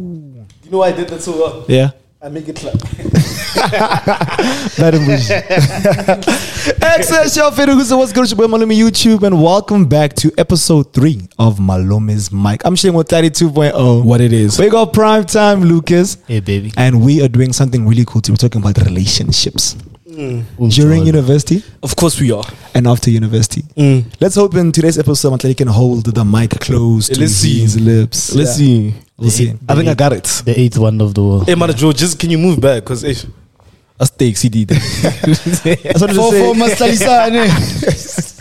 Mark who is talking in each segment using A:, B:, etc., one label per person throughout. A: You know why I did that so well?
B: Yeah.
A: I make it clap.
B: Madam Bush. Excellent, Shell Fedugusa. What's good? It's your boy Malumi YouTube, and welcome back to episode three of Malumi's Mic. I'm Shane with 32.0.
C: What it is.
B: We got oh. prime time, Lucas.
C: Hey, baby.
B: And we are doing something really cool too. We're talking about relationships Mm.
C: Oh,
B: during university
C: Of course we are.
B: and after university. Let's hope in today's episode, Matlali can hold the mic close to
C: Let's see.
B: his lips.
C: Let's
D: E.
C: see.
B: We'll see. I think I got it.
D: The eighth one of the world.
A: hey, man, Joe, just can you move back? Because
C: That's the exceeded.
B: I just wanted to say-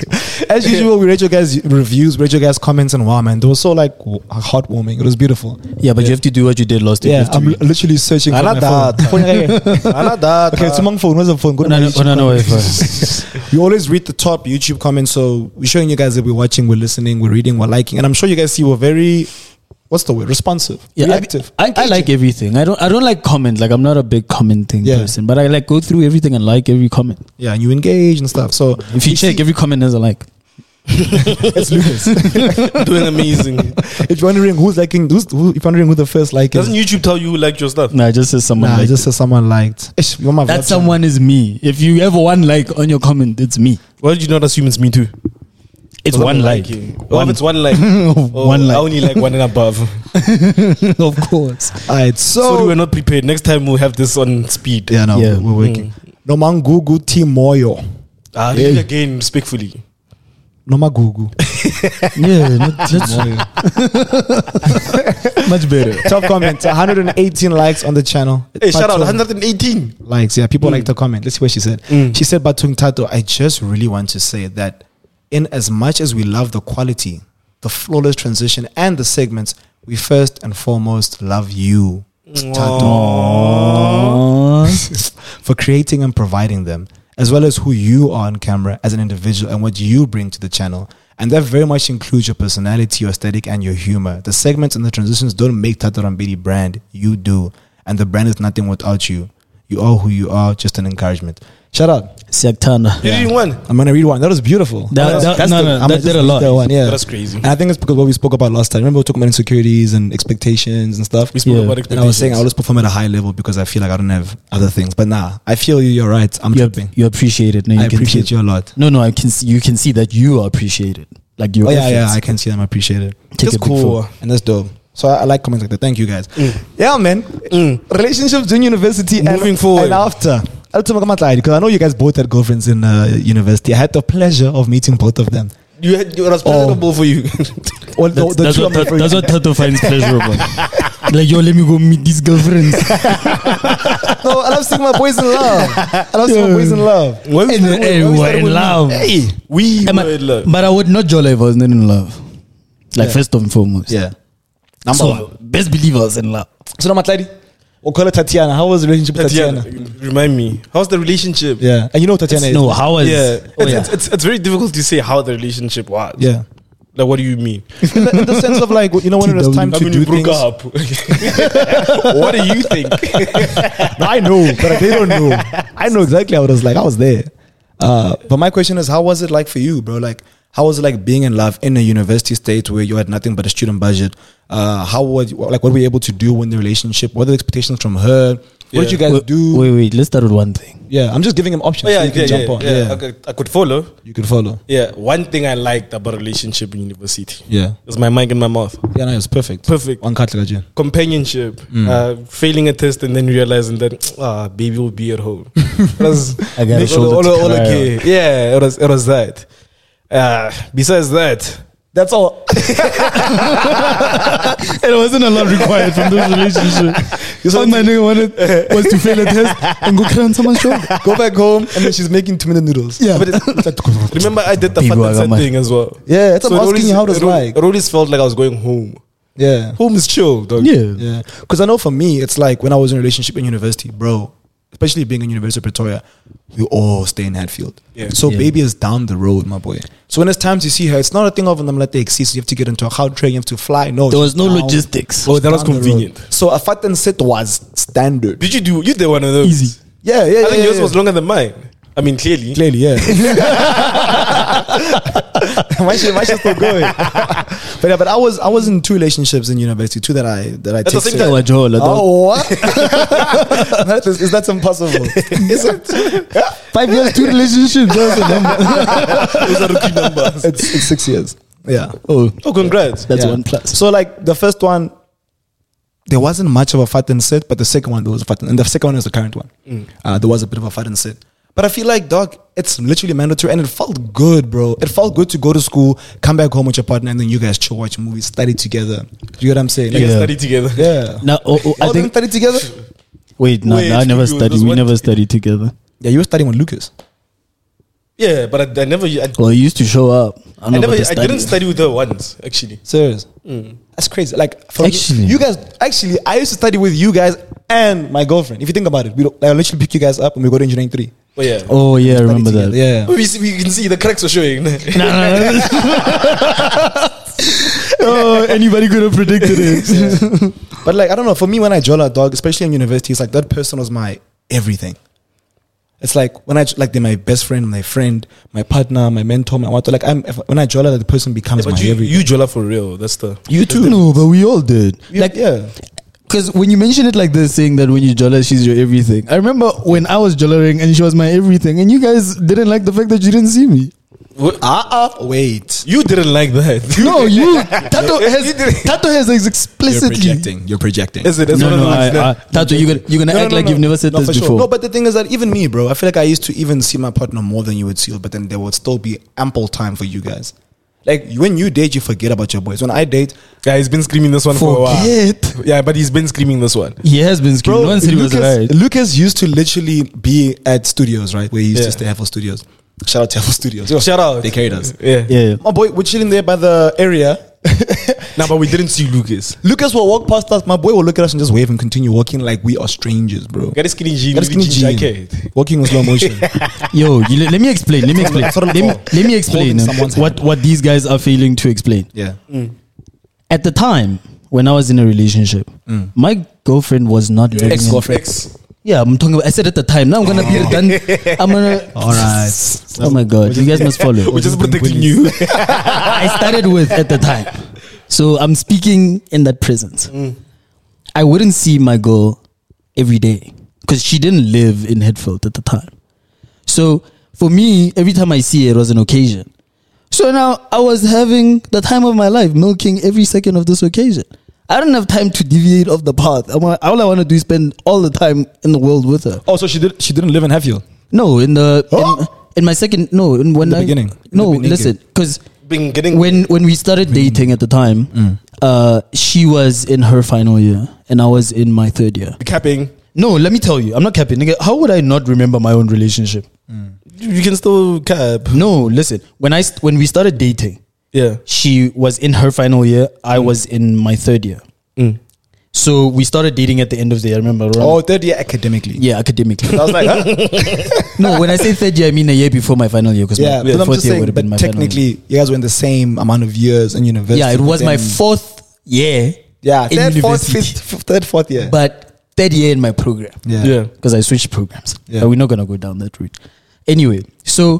B: As usual, we read your guys' reviews, read your guys' comments, and wow, man, they were so like w- heartwarming. It was beautiful.
C: yeah, but you have to do what you did last
B: Yeah, I'm li- literally searching for my phone. Okay, it's among phone. Where's the phone? Go to my YouTube comments. We always read the top YouTube comments, so we're showing you guys that we're watching, we're listening, we're reading, we're liking, and I'm sure you guys see we're very, what's the word, responsive,
D: Yeah, I,
B: reactive.
D: I, I like everything. I don't. I don't like comment. Like I'm not a big commenting
B: Yeah.
D: person, but I like go through everything and like every comment.
B: yeah, and you engage and stuff. So
D: If you,
B: we
D: check,
B: see-
D: every comment has a like.
B: it's Lucas.
A: doing amazing.
B: if you're wondering who's liking, who's, who, if you're wondering who the first like is,
A: Doesn't YouTube tell you who liked your stuff?
D: Nah, it just says someone.
B: nah,
D: liked
B: it just
D: it.
B: says someone liked. Ish, you're my
D: that
B: vlog
D: someone is me. If you have one like on your comment, it's me.
A: Why did you not assume it's me too?
D: It's
A: Well,
D: one
A: I'm
D: like.
A: liking. Oh, if it's one like. Oh,
D: One
A: I
D: like.
A: only like one and above.
D: of course.
B: channel. All right, so
A: Sorry, we're not prepared. Next time we'll have this on speed.
B: Yeah, Mm. no,
D: Yeah.
B: we're we're working. Noma Ngugu Timoyo.
A: Ah, read it again respectfully.
B: Noma Gugu.
D: yeah, not, not
C: much better.
B: Top comments. 118 likes on the channel.
A: Hey, shout out Mm.
B: Batung
A: 118.
B: likes. Yeah, people like the comment. Let's see what she said.
A: Mm.
B: She said, Batung Tato, I just really want to say that in as much as we love the quality, the flawless transition, and the segments, we first and foremost love you. Tato. for creating and providing them, as well as who you are on camera as an individual and what you bring to the channel. And that very much includes your personality, your aesthetic, and your humor. The segments and the transitions don't make Tatarambidi brand. You do. And the brand is nothing without you. You are who you are, just an encouragement. Shout out.
D: Siaktana.
A: You didn't win.
B: I'm going to read one. That was beautiful.
D: That- that- no, no,
B: I'ma
D: that
B: just
D: did a
B: read
D: lot.
B: That one, yeah.
A: That's crazy.
B: And I think it's because what we spoke about last time. Remember, we were talking about insecurities and expectations and stuff?
A: We spoke
D: Yeah.
B: And
A: about
B: I was
A: expectations.
B: saying I always perform at a high level because I feel like I don't have other things. But nah, I feel you, you're right. I'm
D: You,
B: tripping.
D: ap- you appreciate it. No, you
B: I
D: can
B: appreciate
D: see-
B: you a lot.
D: No, no, I can. See, you can see that you are appreciated. Like your
B: Oh yeah,
D: efforts.
B: yeah, I can see them. I appreciate it.
D: Take
B: That's
D: a big Mm.
B: cool
D: photo.
B: and that's dope. So I, I like comments like that. Thank you guys. Yeah, man.
D: Mm.
B: Relationships during university and
A: Moving forward.
B: and after. I'll tell you about my because I know you guys both had girlfriends in uh, university. I had the pleasure of meeting both of them.
A: you had, it was presentable for you.
B: Well, the,
D: That's,
B: the
D: that's
B: two
D: what, Tato,
B: I'm referring
D: that's
B: to.
D: what Tato finds pleasurable. like, yo, let me go meet these girlfriends.
B: No, I love seeing my boys in love. I love seeing my boys in love.
A: Why we
D: And,
A: started- why
D: and
A: we
D: we're
A: started
D: in
A: with me?
D: love.
B: Hey, Eh,
A: We
D: Am I-
A: were in love.
D: but I would not jolly if I was not in love. Like,
B: Yeah.
D: first and foremost.
B: yeah. Number
D: so,
B: one.
D: best believer I was in love.
B: So now, Matladi, we'll call her Tatiana. How was the relationship with Tatiana?
A: Tatiana, remind me. How's the relationship?
B: Yeah, and you know what Tatiana is.
D: no, how was.
A: Yeah. It's,
D: Oh, yeah.
A: It's, it's, it's very difficult to say how the relationship was.
B: Yeah.
A: Like, what do you mean?
B: In the, in the sense of like, you know, when it was time
A: I
B: to
A: mean,
B: do
A: you broke
B: things.
A: up. what do you think?
B: No, I know, but they don't know. I know exactly how it was like. I was there. Uh, but my question is, how was it like for you, bro? Like, how was it like being in love in a university state where you had nothing but a student budget? Uh, how was like what were you able to do in the relationship? What are the expectations from her? What did
A: Yeah.
B: you guys
D: Wait,
B: do?
D: wait, wait, let's start with one thing.
B: Yeah, I'm just giving him options.
A: Oh, yeah,
B: so you can
A: yeah,
B: jump
A: yeah,
B: on.
A: yeah.
B: Yeah,
A: I, could, I could follow.
B: you can follow.
A: Yeah. One thing I liked about relationship in university
B: Yeah,
A: is my mic in my mouth.
B: yeah, no, it was perfect.
A: Perfect.
B: One cut, like that.
A: Companionship.
D: Mm.
A: Uh, failing a test and then realizing that, ah, baby will be at home. It was-
D: I got a
A: it was
D: shoulder
A: all-
D: to
A: all
D: cry on.
A: okay. Yeah, it was, it was that. Uh, besides that,
B: That's all.
D: It wasn't a lot required from this relationship. All my nigga wanted was to fail a test and go cry on someone's shoulder.
B: Go back home, and then she's making two minute noodles.
D: Yeah.
B: But it's- it's like-
A: remember I did the
D: Baby, I got
A: Fatansa
D: my-
A: thing as well.
B: yeah, that's what
A: it
B: I'm asking
A: always-
B: you how it was
A: it always-
B: like.
A: It always felt like I was going home.
B: Yeah.
A: Home is chill, dog.
D: Yeah.
B: Yeah, because I know for me, it's like when I was in a relationship in university, bro. Especially being in University of Pretoria, we all stay in Hatfield.
A: Yeah.
B: So
D: Yeah.
B: baby is down the road, my boy. So when it's time to see her, it's not a thing of them like they exist. You have to get into a car train, you have to fly. No,
D: There was
B: she's
D: no
B: down-
D: logistics.
A: Oh, that was
B: down the road.
A: convenient.
B: So a fat and sit was standard.
A: Did you do? You did one of those.
D: Easy.
B: Yeah, yeah, yeah.
A: I think
B: yeah,
A: yours
B: yeah.
A: was longer than mine. I mean, clearly.
B: clearly, yeah. why should why should I still going? but yeah, but I was I was in two relationships in university, two that I that I
A: That's the
B: texted.
A: thing that-
B: Oh what? that is, is that impossible? Is it?
D: Five years, two relationships. That's a number.
A: Those are rookie numbers.
B: It's, it's six years. Yeah.
C: Oh,
A: Oh, congrats.
C: that's
B: Yeah.
C: one plus.
B: So like the first one, there wasn't much of a fight and sit, but the second one there was a fight, and the second one is the current one.
C: Mm.
B: Uh, there was a bit of a fight and sit. But I feel like, dog, it's literally mandatory, and it felt good, bro. It felt good to go to school, come back home with your partner, and then you guys chill, watch movies, study together. You get what I'm saying?
A: You guys
C: Yeah.
A: study together.
B: yeah.
C: Now, oh, oh,
B: I
C: I think.
B: study together.
C: Wait, no,
A: Wait,
C: no, I never
A: you-
C: studied.
A: there's
C: We
A: one-
C: never studied together.
B: Yeah, you were studying with Lucas.
A: Yeah, but I, I never, I,
C: Well, you used to show up. I,
A: I
C: don't know
A: never,
C: about
A: I
C: the study.
A: didn't study with her once actually.
B: Serious. That's crazy. Like, for
C: Mm. Actually.
B: you, you guys, actually, I used to study with you guys and my girlfriend. If you think about it, we don't, like, I literally pick you guys up and we go to engineering three.
A: But yeah,
C: Oh yeah, I remember
B: Study
C: that.
B: together. Yeah.
A: we, see, we can see the cracks are showing.
D: Oh, anybody could have predicted it.
B: But like, I don't know. For me, when I jolla dog, especially in university, it's like that person was my everything. It's like when I like they're my best friend, my friend, my partner, my mentor, my what. Like I'm if, when I jolla, the person becomes
A: but
B: my
A: you,
B: everything.
A: you Jola for real. That's the
C: You too. No, but we all did.
B: You-
C: like,
B: yeah,
C: because when you mention it like this, saying that when you jolla, she's your everything.
D: I remember when I was jollering and she was my everything, and you guys didn't like the fact that you didn't see me.
B: ah, ah, wait.
A: you didn't like that.
D: No, you. Tato has, Tato has ex- explicitly.
B: You're projecting.
A: Is it? That's
C: no,
A: what I
C: no,
A: don't
C: I,
A: understand.
C: I, Tato, you're gonna, you're gonna
B: No,
C: act
B: no,
C: like
B: no.
C: you've never said
B: No,
C: this
B: for sure.
C: before.
B: No, but the thing is that even me, bro, I feel like I used to even see my partner more than you would see, but then there would still be ample time for you guys. Like when you date, you forget about your boys. When I date,
A: yeah, he's been screaming this one for a while.
C: Forget.
A: Yeah, but he's been screaming this one.
C: He has been screaming.
B: Bro,
C: Once he was right.
B: Lucas, Lucas used to literally be at studios, right? Where he used
A: Yeah.
B: to stay at Apple Studios. Shout out to Apple Studios. Yo,
A: Shout out.
B: They carried us.
A: Yeah.
C: Yeah.
B: My boy, we're chilling there by the area.
A: Nah, but we didn't see Lucas.
B: Lucas will walk past us. My boy will look at us and just wave and continue walking like we are strangers, bro.
A: Got a skinny jean.
B: Got a skinny
A: jean
B: jean.
A: jacket.
B: Walking in slow motion.
C: Yo, you, let, let me explain. Let me explain.
B: That's what I'm
C: let, me,
B: for.
C: let me explain um,
B: Holding someone's
C: what, what these guys are failing to explain.
B: yeah.
C: Mm. At the time when I was in a relationship, my girlfriend was not living in-
B: Mm. Ex-girlfriend.
A: Ex.
C: Yeah, I'm talking about. I said at the time. Now I'm gonna be done. I'm gonna.
B: All right.
C: Oh my god, you guys must follow.
A: We're just protecting you.
C: I started with at the time. So I'm speaking in that presence.
B: Mm.
C: I wouldn't see my girl every day because she didn't live in Headfield at the time. So for me, every time I see her, it was an occasion. So now I was having the time of my life, milking every second of this occasion. I don't have time to deviate off the path. I'm, all I want to do is spend all the time in the world with her.
B: Oh, so she did. She didn't live in Hatfield.
C: No, in the in,
B: Huh?
C: in my second no, in when
B: the
C: I-
B: beginning. In the
C: No,
B: beginning.
C: listen, because
A: Been getting
C: when when we started dating at the time, uh, she was in her final year and I was in my third year.
A: capping.
C: No, let me tell you, I'm not capping. Nigga, how would I not remember my own relationship?
B: Mm.
A: You can still cap.
C: No, listen, when I st- when we started dating,
A: Yeah.
C: she was in her final year, I
B: Mm.
C: was in my third year.
A: Mm.
C: So we started dating at the end of the year. Remember? around-
B: Oh, third year academically.
C: yeah, academically.
B: I was like, huh?
C: no, when I say third year, I mean a year before my final year. Because
B: yeah.
C: my
B: But I'm
C: fourth
B: just
C: year
B: saying,
C: would have been my
B: but
C: final year.
B: technically, you guys were in the same amount of years in university.
C: Yeah, it was
B: but
C: my
B: then-
C: fourth year.
B: Yeah,
C: in
B: third, fourth,
C: university.
B: fifth, fifth, third, fourth year.
C: but third year in my program
B: yeah.
A: Yeah.
C: because I switched programs.
B: Yeah.
C: But we're not gonna go down that route. Anyway, so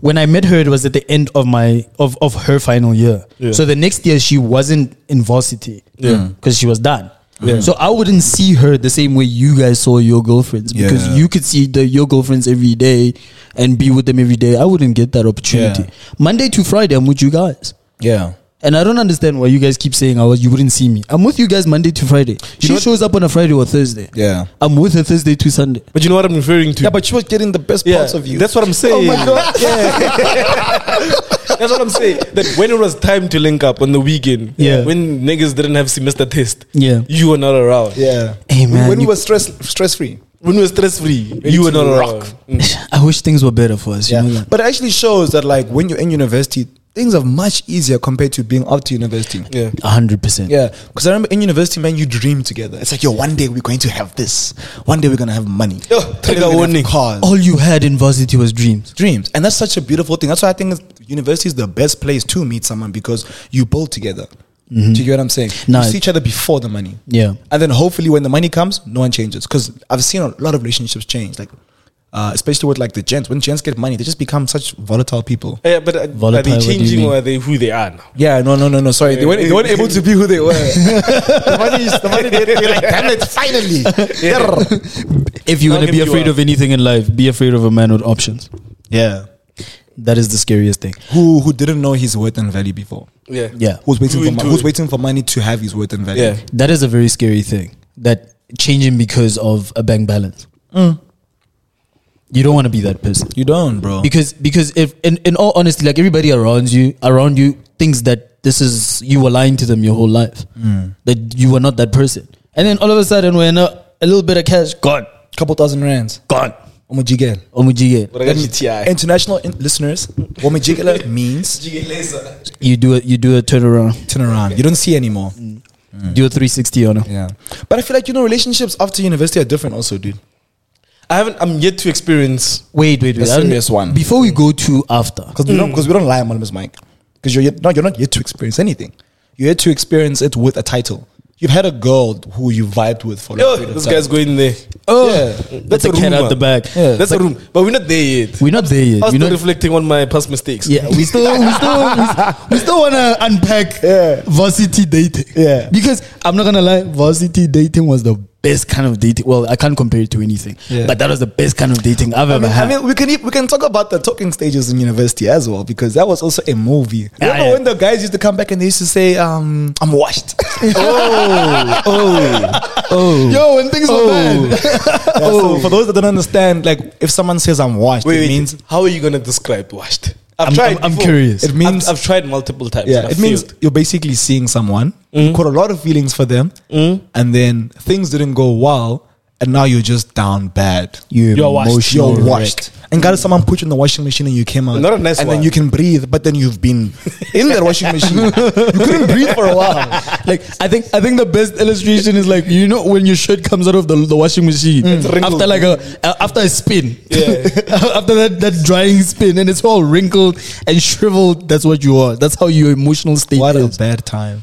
C: when I met her, it was at the end of my of of her final year.
A: Yeah.
C: So the next year she wasn't in varsity.
A: Yeah.
B: Mm.
C: because she was done.
A: Yeah.
C: So I wouldn't see her the same way you guys saw your girlfriends because
B: Yeah.
C: you could see the, your girlfriends every day and be with them every day. I wouldn't get that opportunity.
B: Yeah.
C: Monday to Friday, I'm with you guys.
B: Yeah.
C: And I don't understand why you guys keep saying I was you wouldn't see me. I'm with you guys Monday to Friday. She
A: know what-
C: shows up on a Friday or Thursday.
B: Yeah.
C: I'm with her Thursday to Sunday.
A: But you know what I'm referring to?
B: Yeah, but she was getting the best
A: Yeah,
B: parts of you.
A: That's what I'm saying.
B: Oh my god! Yeah,
A: That's what I'm saying. That when it was time to link up on the weekend,
C: Yeah.
A: when niggas didn't have semester test,
C: Yeah.
A: you were not around.
B: yeah.
C: Hey, man,
B: when we
C: you-
B: were stress stress free,
A: When we were stress free, you were
B: to
A: not
B: rock.
A: around. Mm.
C: I wish things were better for us. You know
B: yeah.
C: that?
B: But it actually shows that like when you're in university, things are much easier compared to being after university.
A: Yeah.
C: A hundred percent.
B: Yeah, because I remember in university, man, you dream together. It's like, yo, one day we're going to have this. One day we're gonna have money.
A: Yo,
B: One day we're
A: trigger
B: gonna have
A: warning.
B: Cars.
C: All you had in varsity was dreams.
B: dreams. And that's such a beautiful thing. That's why I think university is the best place to meet someone because you build together. Do you get what I'm saying?
C: No,
B: you
C: it-
B: see each other before the money.
C: Yeah.
B: And then hopefully when the money comes, no one changes. Because I've seen a lot of relationships change. Like uh, especially with like the gents. When gents get money, they just become such volatile people.
A: Yeah, but uh, are
C: Volatile,
A: they
C: what do you
A: changing
C: mean?
A: or are they who they are now?
B: Yeah, no, no, no, no. Sorry, they weren't, they weren't able to be who they were. the money, is, the money, they, they're like, damn it, finally. Yeah.
C: If you're
A: Now
C: gonna be
A: give you
C: afraid
A: up.
C: of anything in life, be afraid of a man with options.
B: yeah.
C: That is the scariest thing.
B: Who who didn't know his worth and value before?
A: Yeah.
C: Yeah,
B: Who's waiting
A: Who
B: for mo-
A: into
B: who's
A: it?
B: waiting for money to have his worth and value?
A: Yeah.
C: that is a very scary thing. That changing because of a bank balance. You don't want to be that person.
B: You don't, bro.
C: because because if in, in all honesty like everybody around you around you thinks that this is you were lying to them your whole life
B: Hmm.
C: that you were not that person and then all of a sudden when a, a little bit of cash gone
B: couple thousand rands.
C: gone
B: Omujigel.
C: Omujiye.
A: But I got GTI.
B: Uh, International in- listeners, omujigela means
C: you do a, you do a turnaround
B: turn around. You don't see anymore.
C: do a 360 on her.
B: Hmm. Yeah. But I feel like, you know, relationships after university are different also, dude.
A: I haven't. I'm yet to experience.
C: wait wait wait
B: The
C: I don't-
B: serious one.
C: before we go to after
B: Because we don't because we don't lie, Malam is Mike. Because you're yet, no, you're not yet to experience anything. You're yet to experience it with a title. You've had a girl who you vibed with for a
A: Yo,
B: period of
A: this
B: time.
A: Oh, guy's going there.
B: Oh,
C: that's a
A: a
C: cat out
A: rumor.
C: the bag
B: Yeah.
A: That's a room, but we're not there yet.
C: we're not there yet
A: I was
C: we're
A: still
C: not
A: reflecting on my past mistakes.
C: Yeah, we still, we still, we still, we still want to unpack
B: Yeah.
C: varsity dating.
B: Yeah.
C: because I'm not gonna lie, varsity dating was the best kind of dating. Well, I can't compare it to anything,
B: Yeah.
C: but that was the best kind of dating I've
B: I
C: ever
B: mean, I
C: had.
B: mean, we can e- we can talk about the talking stages in university as well because that was also a movie.
C: Yeah,
B: Remember
C: yeah.
B: when the guys used to come back and they used to say, um, "I'm washed."
C: oh,
B: Yo, when things
C: Oh.
B: were bad. Yeah, so Oh, for those that don't understand, like if someone says "I'm washed,"
A: Wait,
B: it
A: wait.
B: means
A: how are you gonna describe washed? I've
C: I'm-
A: tried.
C: I'm- I'm
A: before.
C: curious.
B: It means-
A: I've, I've tried multiple times.
B: yeah,
A: and
B: it
A: I've
B: means
A: failed.
B: you're basically seeing someone
A: Mm.
B: you caught a lot of feelings for them, and then things didn't go well, and now you're just down bad.
C: You're
B: you're washed.
C: emotional
B: You're
C: wreck.
B: washed. And got someone put you in the washing machine and you came out.
A: Not a nice
B: And then
A: one.
B: you can breathe, but then you've been in that washing machine. You couldn't breathe for a while.
C: like I think I think the best illustration is like you know when your shirt comes out of the, the washing machine
B: Mm.
A: wrinkled.
C: after like a uh, after a spin
A: Yeah.
C: after that that drying spin and it's all wrinkled and shriveled that's what you are that's how your emotional state
B: What a
C: is
B: bad time.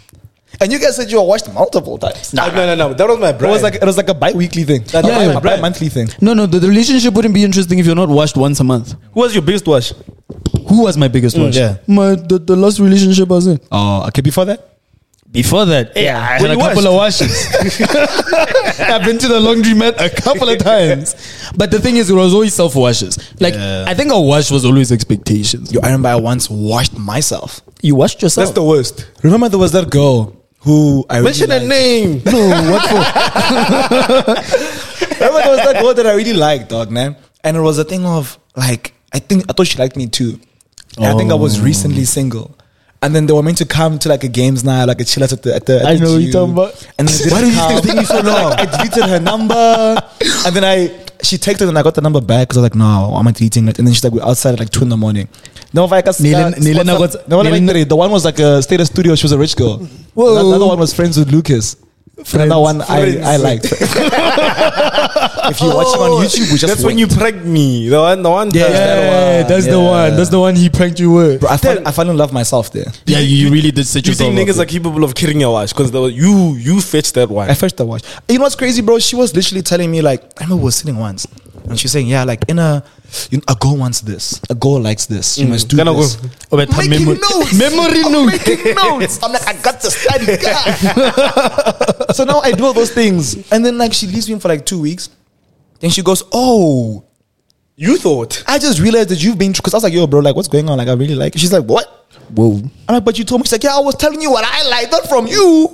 B: And you guys said you were washed multiple times.
A: Uh, no, no, no. That was my
B: It
A: bride.
B: was like it was like a bi-weekly thing.
A: That-
B: yeah,
A: yeah,
B: a
A: Brian.
B: bi-monthly thing.
C: no no the, the relationship wouldn't be interesting if you're not washed once a month
A: who was your biggest wash?
C: who was my biggest
A: Mm.
C: wash
B: yeah.
C: my the, the last relationship I was in
B: Oh, okay. Before that,
C: before that yeah I had
A: Were
C: a
A: you
C: couple of washes I've been to the laundromat a couple of times but the thing is it was always self washes like
B: Yeah.
C: I think a wash was always expectations
B: Yo, I remember I once washed myself.
C: You washed
A: That's
C: yourself.
A: the worst.
B: Remember there was that girl who I
A: Mention
B: really
A: a name.
B: No, what for? Remember there was that girl that I really liked, dog, man. And it was a thing of like I think I thought she liked me too. And I think I
C: Oh.
B: was recently single. And then they were meant to come to like a games night, like a chill out at the. At the at
C: I
B: the
C: know what
B: GU.
C: you're talking about.
B: And then why do you think me so long? I deleted her number, and then I she texted and I got the number back because I was like, no, I'm not deleting it. And then she's like, we're outside at like two in the morning. No, if I got
C: Nelen- Nelen
B: no,
C: got- Nelen-
B: like, the one was like a state of studio. She was a rich girl.
C: Whoa.
B: The other one was friends with Lucas. Another one
A: Friends.
B: I, I liked. if you're watching on YouTube, we just
A: Oh, That's when
B: watch.
A: you pranked me. The one, the one.
B: Yeah,
A: time.
B: that one.
C: that's the
B: Yeah.
C: one. That's the one he pranked you with.
B: Bro, I fell, I fell in love myself there.
C: Yeah, you, you really did sit
A: You think niggas are capable of killing a wash? Because you, you fetched that one.
B: I first I watched. You know what's crazy, bro? She was literally telling me like I remember we were sitting once, and she's saying, "Yeah, like in a, you know, a girl wants this. A girl likes this. You must do
A: Gonna Mm. go.
B: this."
C: Oh, but
B: Making
C: memo-
B: notes.
C: memory
B: I'm
C: note.
B: Making notes. I'm like, I got to study. God. so now I do all those things, and then like she leaves me for like two weeks. Then she goes, "Oh,
A: You thought.
B: I just realized that you've been because I was like, yo, bro, like what's going on? Like I really like. It. She's like, what?
C: Whoa.
B: I'm like, but you told me. She's like, yeah, I was telling you what I like, not from you.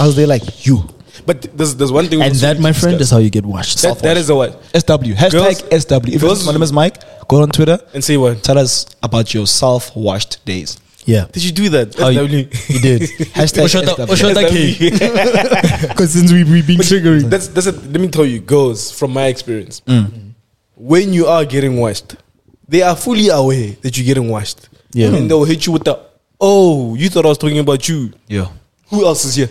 B: I was there like you.
A: But there's, there's one thing. we
C: And
A: also
C: that,
A: need
C: my
A: to
C: friend, is
A: discuss.
C: how you get washed.
A: That, that is a what?
B: SW hashtag
A: Girls-
B: SW. If you
A: girls-
B: my name is Mike, go on Twitter
A: And say what?
B: tell us about your self washed days.
C: yeah.
A: Did you do that?
C: How you,
A: SW.
C: you did.
B: Hashtag SW.
A: SW.
C: Because since we we been triggering.
A: That's that's a, let me tell you, girls, from my experience, when you are getting washed, they are fully aware that you're getting washed.
C: Yeah.
A: And they'll hit you with the oh, you thought I was talking about you.
B: Yeah.
A: Who else is here?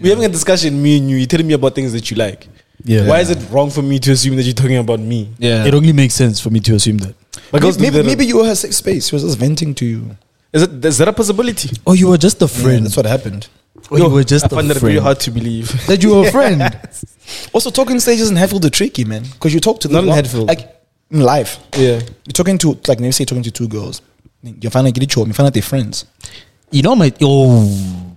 A: We're having a discussion, me and you. You're telling me about things that you like.
C: Yeah.
A: Why is it wrong for me to assume that you're talking about me?
B: Yeah.
C: It only makes sense for me to assume that.
A: But girls do
B: maybe,
A: that-
B: maybe you were her safe space. She was just venting to you.
A: Is, it, is that a possibility?
C: Oh, you were just a
B: Yeah,
C: friend.
B: that's what happened.
C: Or you were just
A: I
C: a
A: find that
C: friend.
A: very hard to believe.
C: That you were a friend.
B: Also, talking stages in Hatfield are tricky, man. Because you talk to them.
A: Not in
B: long-
A: Hatfield.
B: Like, in life.
A: Yeah.
B: You're talking to like let me say you're talking to two girls. You finally get each other. You find out they're friends.
C: You know my oh.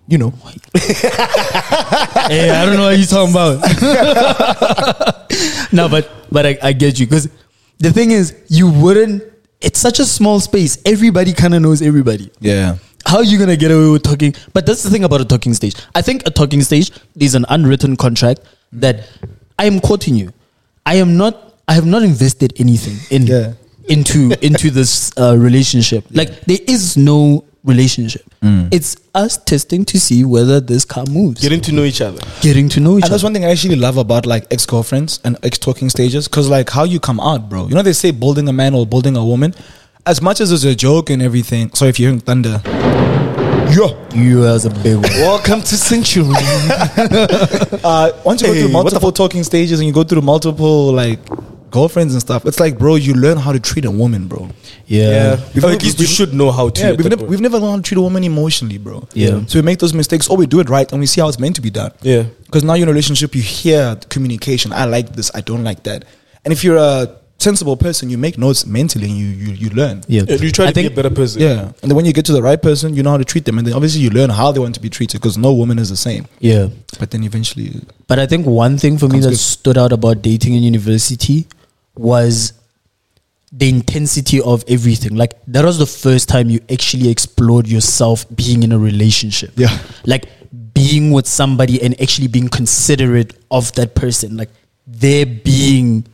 B: You know,
C: hey, I don't know what you're talking about. no, but but I, I get you because the thing is, you wouldn't. It's such a small space. Everybody kind of knows everybody.
B: yeah.
C: How are you gonna get away with talking? But that's the thing about a talking stage. I think a talking stage is an unwritten contract that I am quoting you. I am not. I have not invested anything in
B: Yeah.
C: into into this uh, relationship. Like there is no relationship. It's us testing to see whether this car moves
A: Getting to know each other.
C: getting to know each
B: And that's
C: other.
B: one thing I actually love about like ex girlfriends and ex talking stages, because like how you come out, bro. You know they say building a man or building a woman. As much as it's a joke and everything. Sorry if you're hearing thunder. Yeah.
C: You as a big one.
A: Welcome to Century.
B: Uh, once you go through
A: Hey, what the
B: multiple talking stages and you go through multiple like girlfriends and stuff, it's like, bro, you learn how to treat a woman, bro.
A: yeah.
B: We've
A: Or
B: never-
A: at least you
B: we've-
A: should know how to.
B: Yeah,
A: at
B: we've,
A: that
B: never
A: point.
B: we've never learned how to treat a woman emotionally, bro.
C: Yeah.
B: So we make those mistakes, or we do it right, and we see how it's meant to be done.
A: Yeah.
B: Because now you're in a relationship, you hear the communication. I like this. I don't like that. And if you're a sensible person, you make notes mentally, and you you, you learn.
C: Yeah.
A: Yeah, you try
C: I
A: to be a
C: think
A: better person.
B: Yeah. And then when you get to the right person, you know how to treat them, and then obviously you learn how they want to be treated because no woman is the same.
C: yeah.
B: But then eventually,
C: But I think one thing for me
B: Comes
C: that
B: good.
C: stood out about dating in university was the intensity of everything. Like that was the first time you actually explored yourself being in a relationship.
B: Yeah.
C: Like being with somebody and actually being considerate of that person. Like there being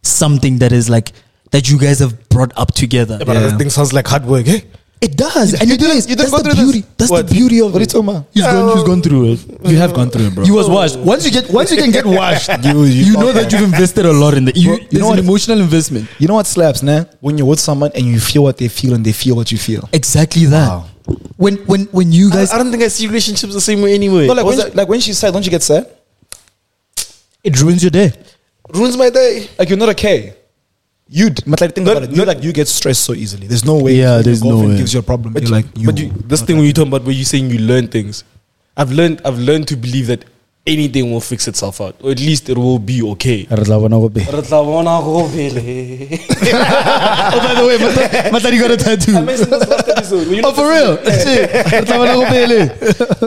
C: something that is like that you guys have brought up together.
A: Eh, But
B: Yeah.
A: that thing sounds like hard work, eh?
C: It does. and it is. That's
B: go
C: the
B: through this?
C: beauty. That's
B: What?
C: the beauty of
B: What are you
C: it.
B: talking about?
C: He's gone, he's gone through it.
B: you have gone through it, bro.
C: You was washed. Once you get, once you can get washed, Oh. you, know that you've invested a lot in the. You,
B: Bro, you
C: there's
B: know what-
C: an emotional investment.
B: You know what slaps, nah? When you're with someone and you feel what they feel and they feel what you feel.
C: Exactly that.
B: Wow.
C: When when when you guys,
A: I, I don't think I see relationships the same way anyway.
B: No, like,
A: What's
B: when she, like when she's sad, don't you get sad?
C: it ruins your day.
A: that? ruins my day.
B: Like you're not okay. You, d- but like think
A: Not-
B: about it. You
A: not-
B: like you get stressed so easily. There's no way.
C: Yeah,
B: your
C: there's no
B: girlfriend
C: way.
B: Gives you a problem.
A: But
B: you're
A: you,
B: like you.
A: but you, this thing when you talking about where you're saying you learn things, I've learned I've learned to believe that anything will fix itself out, or at least it will be okay.
C: oh, by the
A: I
C: way, Mata- Matari got a tattoo.
A: mentioned this last episode. When you
C: Oh, for real? Shit. Ratlavana Gobele.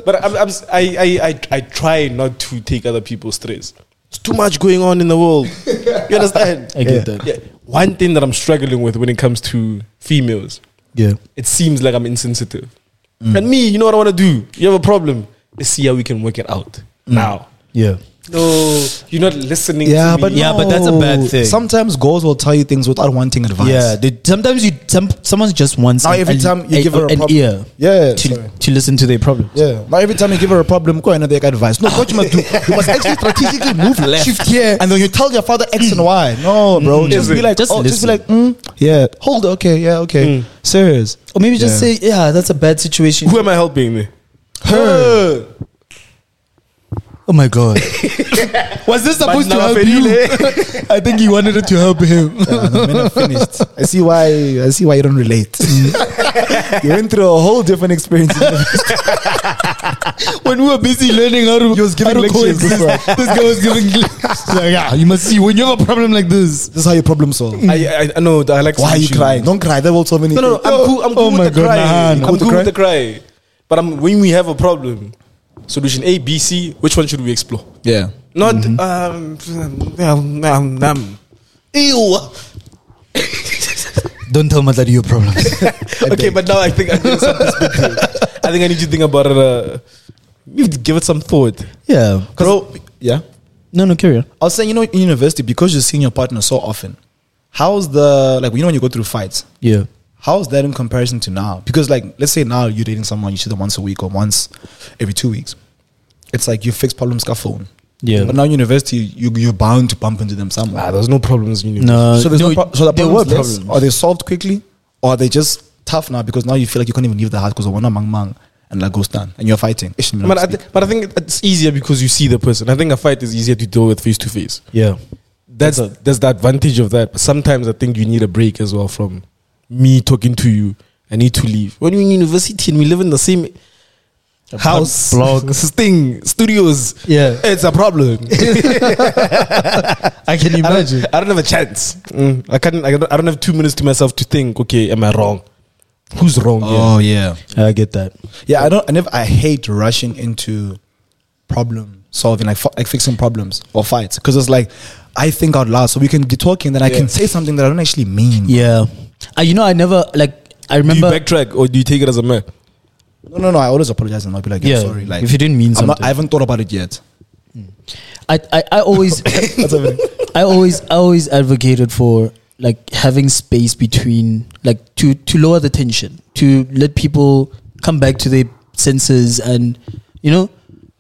A: But I'm, I'm, si I, I, I try not to take other people's stress. It's too much going on in the world. You understand?
C: I get that.
A: Yeah. One thing that I'm struggling with when it comes to females,
C: Yeah.
A: it seems like I'm insensitive. And me, you know what I want to do? You have a problem. Let's see how we can work it out now.
C: Yeah.
A: No, you're not listening
B: yeah,
A: to me.
B: but
C: Yeah, but that's a
B: no.
C: bad thing.
B: Sometimes girls will tell you things without wanting advice.
C: Yeah. They, sometimes you some, someone just wants
B: Now every time you give her a
C: an
B: problem-
C: ear.
B: Yeah, sorry.
C: To, to listen to their problems.
B: Yeah. Now every time you give her a problem, go another advice. No, what you must do? You must actually strategically move left.
C: Shift here.
B: And then you tell your father X and Y. No, bro. Just be
A: Is it?
B: like,
C: Mm. Just
B: oh, just be
C: listen.
B: like, mm, yeah. Hold. Okay. Yeah. Okay.
C: Mm.
B: Serious.
C: Or maybe just
B: Yeah.
C: say, yeah, that's a bad situation.
A: who am I helping there?
B: Her.
C: Oh my god.
D: Was this supposed to
A: now I
D: help
A: feel
D: you?
A: it.
D: I think he wanted it to help him.
B: Yeah, no, men are finished. I see why. I see why you don't relate. you went through a whole different experience.
D: when we were busy learning how to,
B: He was giving
D: how to
B: lectures,
D: coexist,
B: that's
D: this guy was giving. le- like, yeah, you must see when you have a problem like this.
B: this is how you problem solve.
A: I, Uh, I, I know that I like.
B: Why are you
A: solutions.
B: crying? Don't cry. There will so many.
A: No, no, I'm cool. I'm cool
D: Oh
A: with
D: my
A: the
D: God,
A: cry.
D: nah,
A: I'm
D: nah.
A: cool
B: With the
A: with the cry. But I'm, when we have a problem, solution A, B, C, which one should we explore?
B: Yeah.
A: Not um, um, um, um. Ew.
C: Don't tell Matari your problems.
A: Okay, but now I think I need some perspective. I think I need to think about it. Uh, you need to give it some thought,
C: yeah.
A: bro.
B: Yeah.
C: No, no, carry on.
B: I was saying, you know, in university, because you're seeing your partner so often, how's the like? You know, when you go through fights,
C: Yeah.
B: how's that in comparison to now? Because like, let's say now you're dating someone, you see them once a week or once every two weeks. It's like you fix problems, ka phone.
C: Yeah.
B: But now in university, you you're bound to bump into them somewhere.
A: Nah, there's no problems. You know.
C: No.
B: so there's no,
C: no,
B: pro- so the
C: there
B: problems
C: were
B: less?
C: problems.
B: Are they solved quickly, or are they just tough now because now you feel like you can't even leave the house because of one mang mang and like goes down and you're fighting. Ish,
A: But I, th- but I think it's easier because you see the person. I think a fight is easier to deal with face to face.
C: Yeah.
A: That's that's the advantage of that. But sometimes I think you need a break as well from me talking to you. I need to leave. When you're in university and we live in the same
B: house,
C: blog.
B: thing, studios.
D: Yeah.
B: It's a problem.
D: I can
B: I
D: imagine.
B: don't, I don't have a chance.
A: Mm, I can't. I don't, I don't have two minutes to myself to think. Okay, am I wrong? Who's wrong?
B: Oh yeah.
C: I get that.
B: Yeah, I don't. I never. I hate rushing into problem solving, like, fi- like fixing problems or fights, because it's like I think out loud, so we can be talking, then I
A: Yeah.
B: can say something that I don't actually mean.
C: Yeah. Uh, you know, I never like. I
A: here? Do you
C: remember.
A: backtrack or do you take it as a man?
B: No, no, no. I always apologize and I'll be like, yeah,
C: yeah.
B: sorry. Like,
C: if you didn't mean
B: I'm
C: something,
B: not, I haven't thought about it yet.
C: I, I, I always I always I always advocated for like having space between like to to lower the tension to let people come back to their senses and you know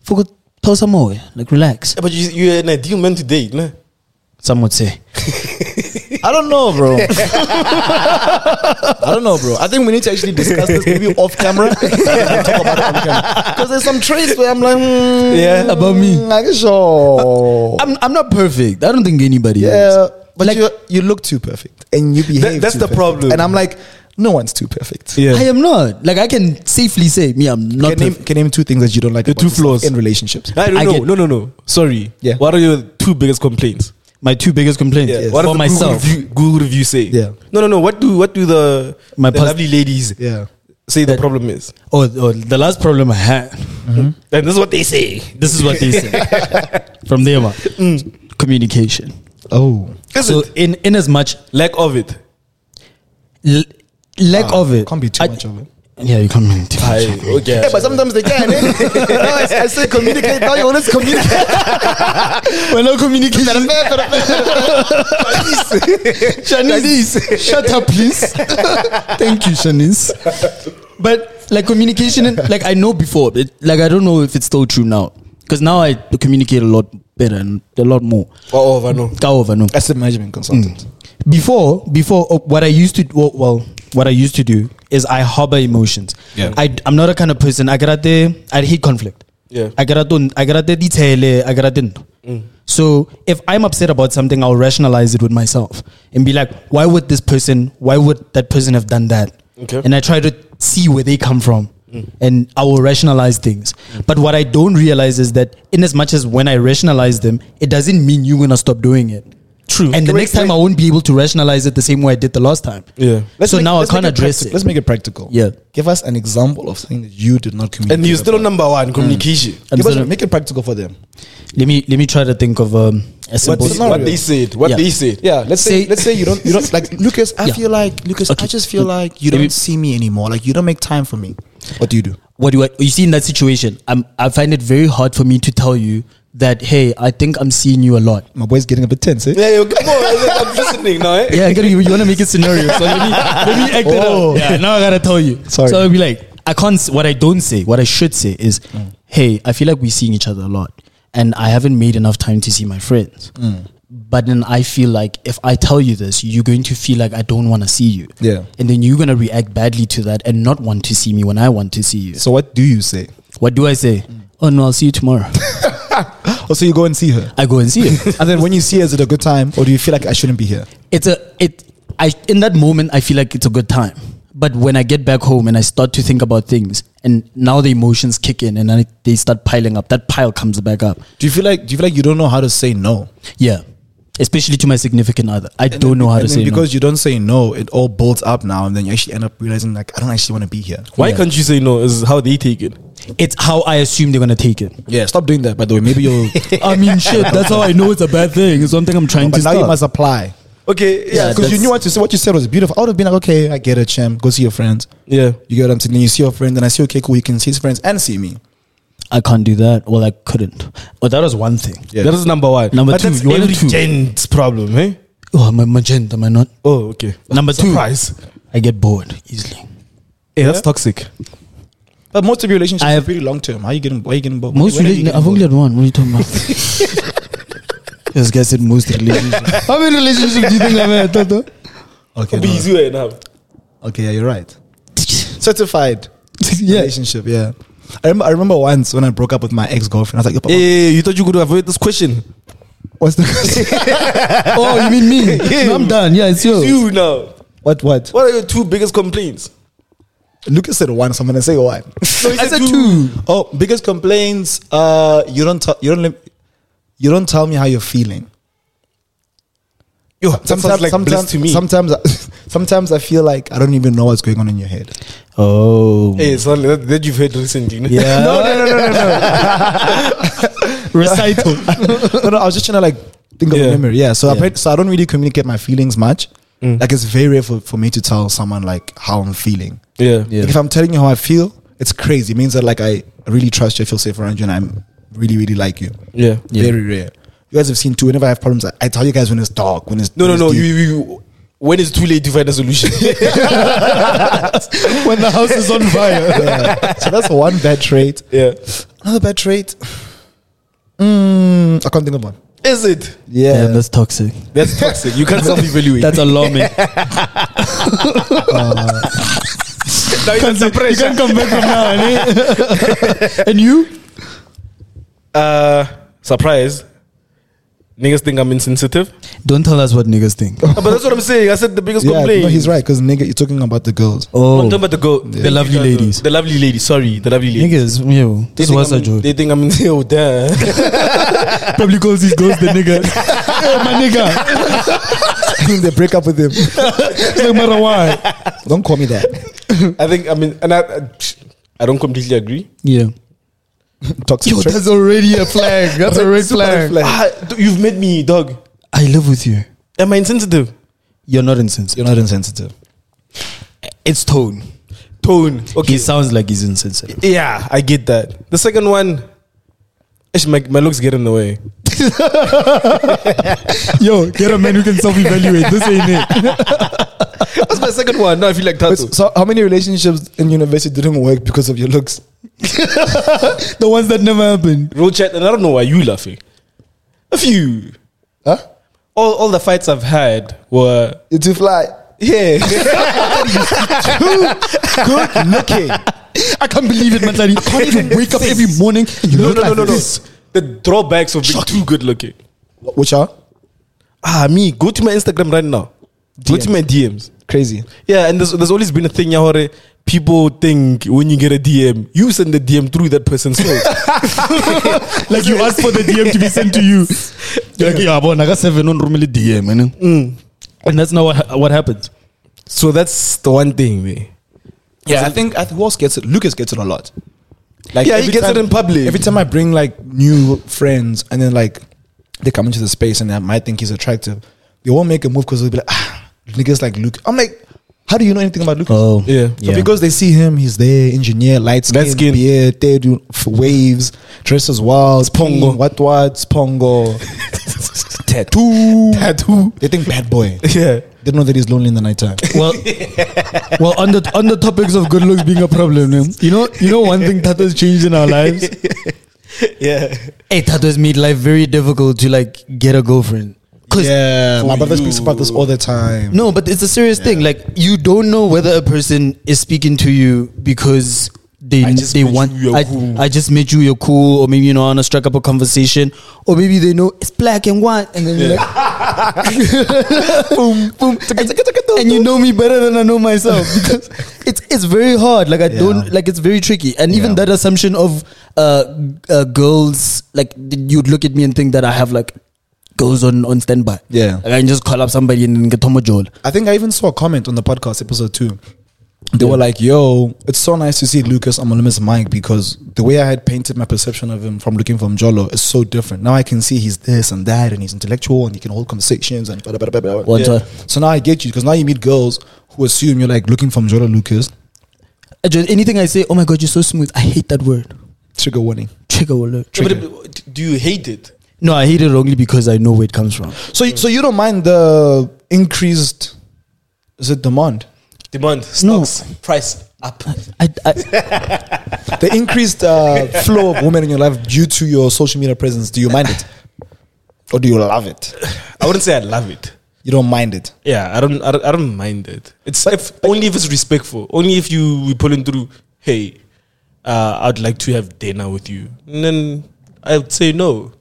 C: focus tell some more like relax
A: but you, you're an ideal man to date, man.
C: some would say
B: I don't know, bro. I don't know, bro. I think we need to actually discuss this maybe off camera. Because there's some traits where I'm like, hmm,
C: Yeah. About me.
B: Like, sure.
C: I'm I'm not perfect I don't think anybody
B: yeah.
C: is
B: But
C: Like-
B: you you look too perfect and you behave.
A: that's
B: too
A: the
B: perfect.
A: problem.
B: And I'm like, no one's too perfect.
A: Yeah.
C: I am not like I can safely say me I'm not
B: Can name,
C: perfect.
B: can name two things that you don't like.
A: The
B: about
A: two
B: yourself
A: flaws.
B: in relationships.
A: I don't
C: I
A: know.
C: get-
A: no, no, no. Sorry.
B: Yeah.
A: What are your two biggest complaints?
C: my two biggest complaints
A: Yeah.
B: Yes.
A: What
C: for
A: does the
C: myself
A: Google review, Google review say?
B: Yeah.
A: No, no, no. What do what do the
C: My
A: the
C: pos-
A: lovely ladies
B: Yeah.
A: say the problem is?
C: or, or Oh, the last problem I had
A: And this is what they say.
C: this is what they say from there on
B: Mm.
C: communication
B: Oh.
A: Is
C: so
A: it
C: in in as much
A: lack of it?
C: l- lack of it.
B: Ah, Can't be too
C: I-
B: much of it.
C: Yeah, you can't be too much.
A: I, okay.
B: Yeah, but sometimes they can. Eh? I, I say communicate. Now you always communicate.
C: We're not communicating. Shanice, shut up, please. Thank you, Shanice. But like communication, and- like I know before, but like I don't know if it's still true now, because now I communicate a lot better and a lot more.
A: Oh, I know.
C: Ka over, no.
B: Asset management consultant.
C: before before uh, what I used to well, well what I used to do is I harbor emotions.
B: Yeah.
C: I I'm not a kind of person. I get there. I hate conflict.
A: Yeah.
C: I get I get detail. I get
A: Mm.
C: So if I'm upset about something, I'll rationalize it with myself and be like, why would this person? Why would that person have done that?
A: Okay. Mm.
C: And I try to see where they come from. And I will rationalize things. But what I don't realize is that, in as much as when I rationalize them, it doesn't mean you're going to stop doing it.
A: True.
C: And the
A: Wait,
C: next time
A: wait.
C: I won't be able to rationalize it the same way I did the last time.
A: Yeah.
C: so now I
B: let's
C: can't
B: make
C: address
B: practi-
C: it.
B: Let's make it practical.
C: Yeah.
B: Give us an example of something that you did not communicate.
A: And you're still
B: about.
A: number one communication.
C: I'm
B: Give us-
C: still-
B: make it practical for them.
C: let me let me try to think of um, a
A: What,
C: simple.
A: they-
B: scenario?
A: what they said. What
C: Yeah.
A: they said.
B: Yeah. Let's say,
C: Say-
B: let's say you don't you don't like Lucas. I
C: Yeah.
B: feel like Lucas. I
C: Okay.
B: just feel like you
C: Maybe-
B: don't see me anymore. Like you don't make time for me. What do you do?
C: What do I, you see in that situation? I'm, I find it very hard for me to tell you that hey, I think I'm seeing you a lot.
B: My boy's getting a bit tense. Eh?
A: Yeah, yo, come on. I'm listening now. Eh?
C: Yeah, I gotta, you, you want to make a scenario, so let me, let me act it
B: Oh.
C: out. Yeah, now I gotta tell you.
B: Sorry.
C: So I'll be like, I can't. s- What I don't say, what I should say is,
B: Mm.
C: hey, I feel like we're seeing each other a lot, and I haven't made enough time to see my friends.
B: Mm.
C: But then I feel like if I tell you this, you're going to feel like I don't want to see you.
B: Yeah.
C: and then you're gonna react badly to that and not want to see me when I want to see you.
B: So what do you say?
C: What do I say?
B: Mm.
C: Oh no, I'll see you tomorrow.
B: Oh, so you go and see her,
C: I go and see you.
B: and then when you see her, is it a good time, or do you feel like I shouldn't be here?
C: it's a it I in that moment I feel like it's a good time. But when I get back home and I start to think about things, and now the emotions kick in and I, they start piling up, that pile comes back up.
B: Do you feel like do you feel like you don't know how to say no?
C: Yeah, especially to my significant other, I
B: And
C: don't
B: then-
C: know how
B: and
C: to
B: then
C: say
B: because you don't say no, it all builds up now, and then you actually end up realizing like I don't actually want to be here.
A: Why
C: Yeah.
A: can't you say no? Is how they take it.
C: no. It's how I assume they're gonna take it.
B: Yeah, stop doing that. By the way, maybe you'll. Oh,
C: I mean, shit. That's how I know it's a bad thing. It's something I'm trying
B: but
C: to
B: now
C: stop.
B: you must apply
A: Okay.
C: Yeah,
A: Yeah.
B: because you knew what to say. What you said was beautiful. I would have been like, okay, I get it, champ. Go see your friends.
A: Yeah.
B: You get what I'm saying? Then you see your friend, and I see okay, cool. You can see his friends and see me.
C: I can't do that. Well, I couldn't. Well, that was one thing.
B: Yeah.
A: That is number one.
C: Number
A: but
C: two,
A: That's
C: you wanted
A: every
C: two.
A: gent's problem, eh?
C: Oh, am I magenta? Am I not?
A: Oh, okay.
C: Number two.
A: Surprise.
C: I get bored easily.
A: Yeah, Eh, that's toxic.
B: But most of your relationships
C: I
B: are
C: have-
B: pretty long term. How are you getting? Why are you getting bored?
C: Most
B: When are you
C: relationships.
B: getting
C: I've only
B: bored?
C: had one. What are you talking about? this guy said most relationships.
D: How many relationships do you think I've had, Toto?
B: Okay,
A: Be
B: no.
A: easy right now.
B: okay, yeah, you're right. Certified
D: Yeah.
B: relationship. Yeah, I remember. I remember once when I broke up with my ex girlfriend. I was like,
A: Yeah,
B: "Yo,
A: yeah, yeah, you thought you could avoid this question.
B: what's the
D: Oh, you mean me? No, I'm done. Yeah, it's you.
A: You now.
B: what? What?
A: What are your two biggest complaints?
B: Lucas said one, so I'm gonna say one.
A: No, he
C: I
A: said
C: said
A: two.
C: two.
B: Oh, biggest complaints. Uh, you don't tell you don't lim- you don't tell me how you're feeling.
A: Yo, that sounds like bliss
B: sometimes,
A: to me.
B: sometimes, I, sometimes I feel like I don't even know what's going on in your head.
C: Oh.
A: Hey, it's not like that, that you've heard recently. no?
C: Yeah.
B: No, no, no, no, no, no.
C: Recital.
B: no, no, I was just trying to like think of
A: Yeah. Mm.
B: a memory. Yeah. So I
C: Yeah.
B: played, so I don't really communicate my feelings much. Like it's very rare for, for me to tell someone like how I'm feeling.
A: yeah,
C: Yeah.
B: Like, if I'm telling you how I feel, it's crazy. It means that like I really trust you, I feel safe around you, and I'm really, really like you.
A: yeah.
C: Yeah.
B: Very rare. You guys have seen too. Whenever I have problems, I, I tell you guys when it's dark, when it's
A: No, no,
B: when
A: no.
B: it's
A: You,
B: deep.
A: you, when it's too late to find a solution.
D: when the house is on fire.
B: Yeah. so that's one bad trait.
A: yeah,
B: Another bad trait. Mm, I can't think of one.
A: is it?
C: Yeah,
B: Yeah,
C: that's toxic.
A: That's toxic. You can't self-evaluate.
C: That's alarming.
A: now you're under
D: You
A: pressure.
D: can come back from now, eh? and
C: and you?
A: Uh, surprise. Niggas think I'm insensitive.
C: Don't tell us what niggas think.
D: Oh.
A: Uh, but that's what I'm saying. I said the biggest
B: yeah.
A: complaint.
B: No, he's right because nigga, you're talking about the girls.
A: I'm
C: Oh,
A: talking about the girl. The,
C: lovely ladies.
A: The lovely ladies. Sorry, the lovely ladies.
C: niggas, yo,
A: They
C: this
A: think
C: was
A: I'm
C: a
A: in-
C: joke.
A: They think I'm in oh, damn.
D: probably calls his ghost the nigga. Hey, my nigga,
B: they break up with him.
D: It's like, matter why.
B: Don't call me that.
A: I think I mean, and I, I- I don't completely agree.
C: Yeah,
B: Toxic.
D: Yo,
B: trait.
D: that's already a flag. That's a red flag.
A: Ah, d- you've met me, dog.
C: I live with you.
A: Am I insensitive?
C: You're not insensitive.
B: You're not insensitive.
C: It's tone.
A: Tone. Okay.
C: He sounds like he's insensitive.
A: Yeah, I get that. The second one, ish, my, my looks get in the way.
D: Yo, get a man who can self-evaluate. This ain't it.
A: That's my second one. Now I feel like
B: Wait,
A: tattoo.
B: so how many relationships in university didn't work because of your looks?
D: The ones that never happened.
A: Road chat, and I don't know why you laughing. A few.
B: Huh?
A: All, all the fights I've had were
B: You're too fly.
A: yeah.
B: Good looking.
D: I can't believe it, Matladi. You can't even wake up every morning. And you
A: no,
D: look
A: no, no,
D: like
A: no, no.
D: this.
A: The drawbacks of being too good looking.
B: Wh- Which are
A: Ah, me. Go to my Instagram right now. Go to my DMs.
B: crazy.
A: Yeah, and there's, there's always been a thing, Yahore. People think when you get a DM, you send the DM through that person's phone.
D: Like you asked for the DM to be sent to you. You're like, yeah, but I got seven on Rumili DM, man. And that's not what, what happens.
A: so that's the one thing, eh? man.
B: Yeah, I think I think who else gets it? Lucas gets it a lot. Like
A: Yeah, he
B: every
A: gets it in public.
B: Every time I bring like new friends, and then like they come into the space, and I might think he's attractive, they won't make a move because they'll be like, ah, niggas like Luke. I'm like, how do you know anything about Lucas?
C: Oh,
A: Yeah.
B: So because they see him, he's there, engineer, light skin,
A: Light skin.
B: beard, there, do f- waves, dresses wild,
A: Spongo.
B: clean, what what, spongo, tattoo,
A: Tattoo.
B: They think bad boy.
A: Yeah.
B: They know that he's lonely in the nighttime.
D: Well, well, on the on the topics of good looks being a problem, man, you know, you know, one thing that has changed in our lives.
A: Yeah.
C: hey, that has made life very difficult to like get a girlfriend. Cause
B: yeah, my
A: For
B: brother
A: you.
B: speaks about this all the time.
C: no, but it's a serious thing. Like you don't know whether a person is speaking to you because they
A: I just
C: they
A: met
C: want.
A: you, you're
C: I,
A: cool.
C: I just met you. You're cool, or maybe you know, I want to strike up a conversation, or maybe they know it's black and white, and then you're like, boom, boom. And, and you know me better than I know myself because it's it's very hard. Like I
B: Yeah.
C: don't like it's very tricky. And even
B: Yeah.
C: that assumption of uh, g- uh girls like th- you'd look at me and think that I have like girls on on standby.
B: Yeah.
C: like I can just call up somebody and then get Tomo Joel.
B: I think I even saw a comment on the podcast episode two. They were like, "Yo, it's so nice to see Lucas on Maluma's mic because the way I had painted my perception of him from looking from Jolo is so different. Now I can see he's this and that, and he's intellectual, and he can hold conversations and blah blah blah blah." blah.
C: One time.
B: So now I get you because now you meet girls who assume you're like looking from Jolo Lucas.
C: I just- Anything I say, oh my god, you're so smooth. I hate that word.
B: Trigger warning.
C: Trigger alert.
A: But it- do you hate it?
C: No, I hate it only because I know where it comes from.
B: So, so you don't mind the increased is it demand?
A: Demand,
C: No.
A: stocks, price up.
C: I, I,
B: The increased uh, flow of women in your life due to your social media presence. Do you mind it, or do you love it?
A: I wouldn't say I love it.
B: You don't mind it.
A: Yeah, I don't. I don't, I don't mind it. It's if, only if it's respectful. Only if you we pulling through. Hey, uh, I'd like to have dinner with you, and then I'd say no.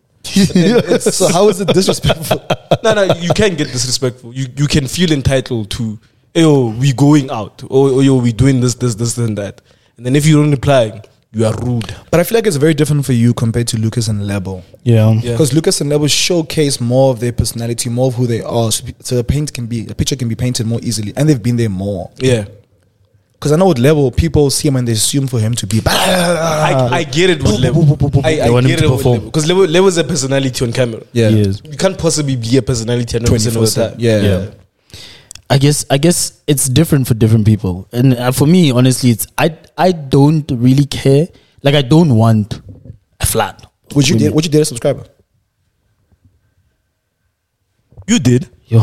B: so how is it disrespectful?
A: no, no, you can get disrespectful. You you can feel entitled to yo, we going out, or, or yo, we doing this, this, this, and that. And then if you don't reply, you are rude.
B: But I feel like it's very different for you compared to Lucas and Lebo.
D: Yeah.
A: Yeah.
B: Because Lucas and Lebo showcase more of their personality, more of who they are. So, so the paint can be, the picture can be painted more easily. And they've been there more.
A: Yeah,
B: Because I know with Lebo, people see him and they assume for him to be.
A: I, I get it with Lebo. I,
D: They
A: I
D: want him
A: get
D: to
A: it with
D: perform.
A: Lebo because Lebo, Lebo is a personality on camera.
B: yeah.
D: He is.
A: you can't possibly be a personality
B: 24
A: 100% of the time.
B: Yeah.
D: Yeah.
C: I guess I guess it's different for different people, and uh, for me, honestly, it's I I don't really care. Like I don't want a flat.
B: Would you date, would you date a subscriber?
A: You did.
C: Yo,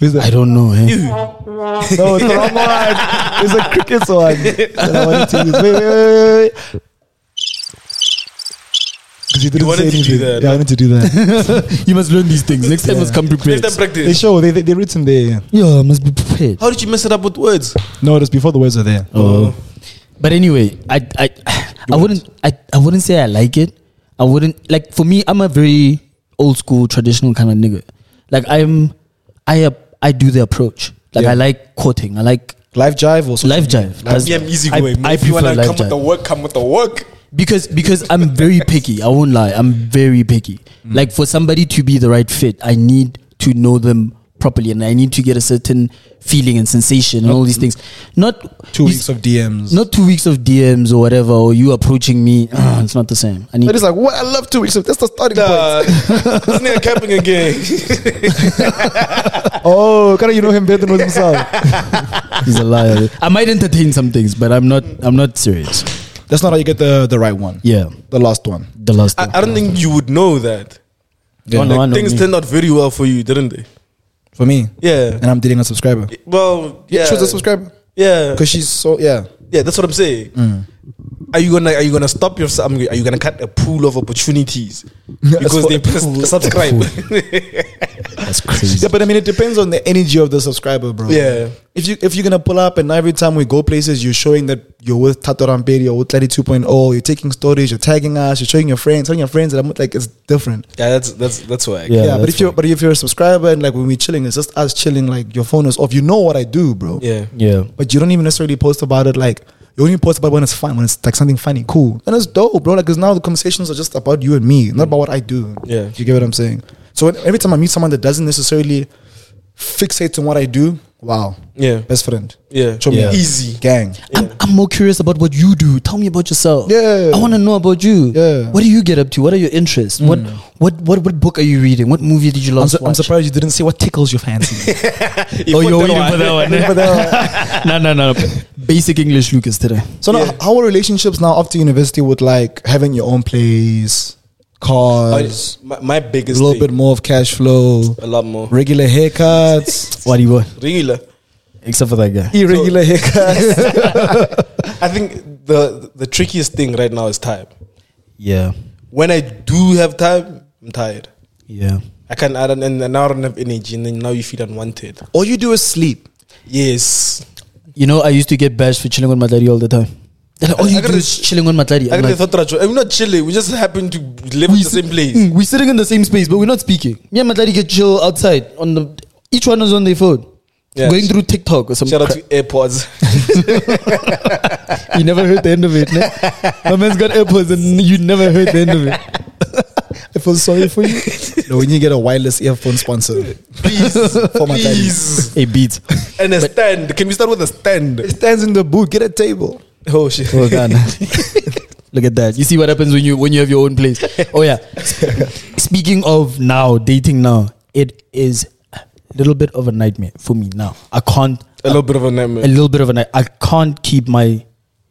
B: Who's
C: I don't know. eh.
B: No, it's the wrong one. It's a crickets one. that I wanted to use. Wait, wait, wait, wait. Because you didn't say
A: wanted to do
B: anything.
A: that,
B: yeah, I wanted to do that.
C: You must learn these things. Next time, must come
A: Let
C: prepared.
A: them
B: they
A: practice.
B: show, they, they, they written there.
C: Yeah, must be prepared.
A: How did you mess it up with words?
B: No, it's before the words are there.
C: Oh. But anyway, I I I wouldn't I, I wouldn't say I like it. I wouldn't like for me I'm a very old school traditional kind of nigga. Like I'm I ap- I do the approach. Like
B: Yeah.
C: I like courting. I like
B: Live Jive or something?
C: life jive. That's-
A: Yeah, I'm easy
C: I,
A: going.
C: I
A: if you
C: prefer
A: wanna
C: life
A: come with the
C: jive.
A: work, come with the work.
C: Because because I'm very picky. I won't lie. I'm very picky.
A: Mm.
C: Like for somebody to be the right fit, I need to know them properly and I need to get a certain feeling and sensation and all these
A: Mm.
C: things. Not
B: Two
C: you-
B: weeks of DMs.
C: not two weeks of DMs or whatever, or you approaching me. Ah, it's not the same. I need.
B: That is like, what? I love two weeks of That's the starting
A: Nah, this nigga camping again.
B: point. Oh, kind of you know him better than himself.
C: he's a liar. I might entertain some things, but I'm not. I'm not serious.
B: That's not how you get the, the right one.
C: Yeah,
B: The last one.
C: the last.
A: I, I don't think you would know that.
C: Yeah. Oh, no, I
A: Like,
C: know
A: things
C: me.
A: turned out very well for you, didn't they?
B: For me.
A: Yeah.
B: And I'm dating a subscriber.
A: Well, yeah.
B: Choose a subscriber.
A: Yeah.
B: Because she's so, yeah.
A: Yeah, that's what I'm saying. Are you gonna are you gonna stop yourself? I mean, Are you gonna cut a pool of opportunities because
B: what-
A: they press subscribe?
C: That's crazy.
B: Yeah, but I mean, it depends on the energy of the subscriber, bro.
A: Yeah.
B: If you if you're gonna pull up and every time we go places, you're showing that you're with Tato Ramperi, you're with Lady 2.0, Oh, you're taking stories, you're tagging us, you're showing your friends, telling your friends that I'm with, like it's different.
A: yeah, that's that's that's why.
C: Yeah,
B: Yeah, but
C: that's
B: if you're but if you're a subscriber and like when we're chilling, it's just us chilling. Like your phone is off. You know what I do, bro.
A: yeah.
C: Yeah,
B: But you don't even necessarily post about it. Like you only post about when it's fun, when it's like something funny, cool, and it's dope, bro. Like because now the conversations are just about you and me, not about what I do.
A: Mm. Yeah.
B: You get what I'm saying? So when, every time I meet someone that doesn't necessarily fixate on what I do, wow,
A: Yeah.
B: best friend,
A: Yeah.
B: Show me.
A: Yeah. Easy.
B: gang.
C: I'm, I'm more curious about what you do. Tell me about yourself.
B: Yeah.
C: I want to know about you.
B: Yeah.
C: what do you get up to? What are your interests? What what what what book are you reading? What movie did you
B: I'm,
C: last
B: su- I'm
C: watch?
B: surprised you didn't see what tickles your fancy.
A: You
C: oh,
A: put
C: you're
A: that
C: waiting
A: one.
C: for that
B: But, uh,
C: one. no, no, no. Basic English, Lucas today.
B: so now, how are relationships now after university with like having your own place,
A: I-
B: cars,
A: my, my
B: a
A: biggest
B: little
A: thing,
B: bit more of cash flow,
A: a lot more
B: regular haircuts,
C: What do you want?
A: regular.
C: Except for that guy.
B: irregular haircuts.
A: I think the the trickiest thing right now is time.
C: Yeah,
A: When I do have time, I'm tired.
C: yeah.
A: I can I don't and now I don't have energy, and then now you feel unwanted.
B: All you do is sleep.
A: Yes,
C: You know, I used to get bashed for chilling on Matladi all the time. They're like, all
A: I- I
C: you
A: got
C: do
A: a-
C: is chilling on Matladi.
A: I got
C: I'm
A: the
C: like,
A: thought that we're not chilling. We just happen to live in the same place.
C: "Mm, we're sitting in the same space, but we're not speaking. Me and Matladi get chill outside on the. Each one is on their phone,
A: Yeah.
C: going through TikTok or something.
A: Shout out to AirPods.
C: you never heard the end of it. Ne? My man's got AirPods and you never heard the end of it.
B: I feel sorry for you. no, we need to get a wireless earphone sponsor.
A: Please,
B: For my daddy.
A: please,
C: A beat.
A: and a stand. Can we start with a stand?
B: It stands in the booth. Get a table.
A: Oh shit!
C: Oh God. Look at that. You see what happens when you when you have your own place. Oh yeah. Speaking of now, dating now, it is a little bit of a nightmare for me now. I can't
A: A little bit of a
C: a
A: nightmare.
C: little bit of a night. I can't keep my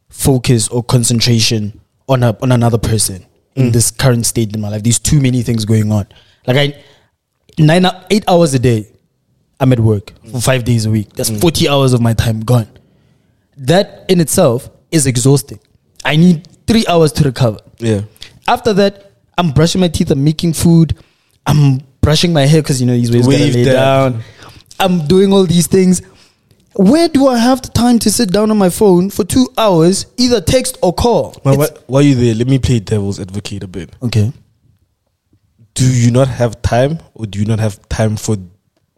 C: focus or concentration on a, on another person in this current state in my life. There's too many things going on. Like I nine hou- eight hours a day, I'm at work for five days a week. That's forty hours of my time gone. That in itself is exhausting. I need three hours to recover.
A: Yeah.
C: After that, I'm brushing my teeth. I'm making food. I'm brushing my hair because you know these waves gotta
A: Wave
C: lay
A: that.
C: down. I'm doing all these things. Where do I have the time to sit down on my phone for two hours, either text or call?
A: Why,
C: It's-
A: why, why are you there? Let me play devil's advocate a bit.
C: Okay.
A: Do you not have time, or do you not have time for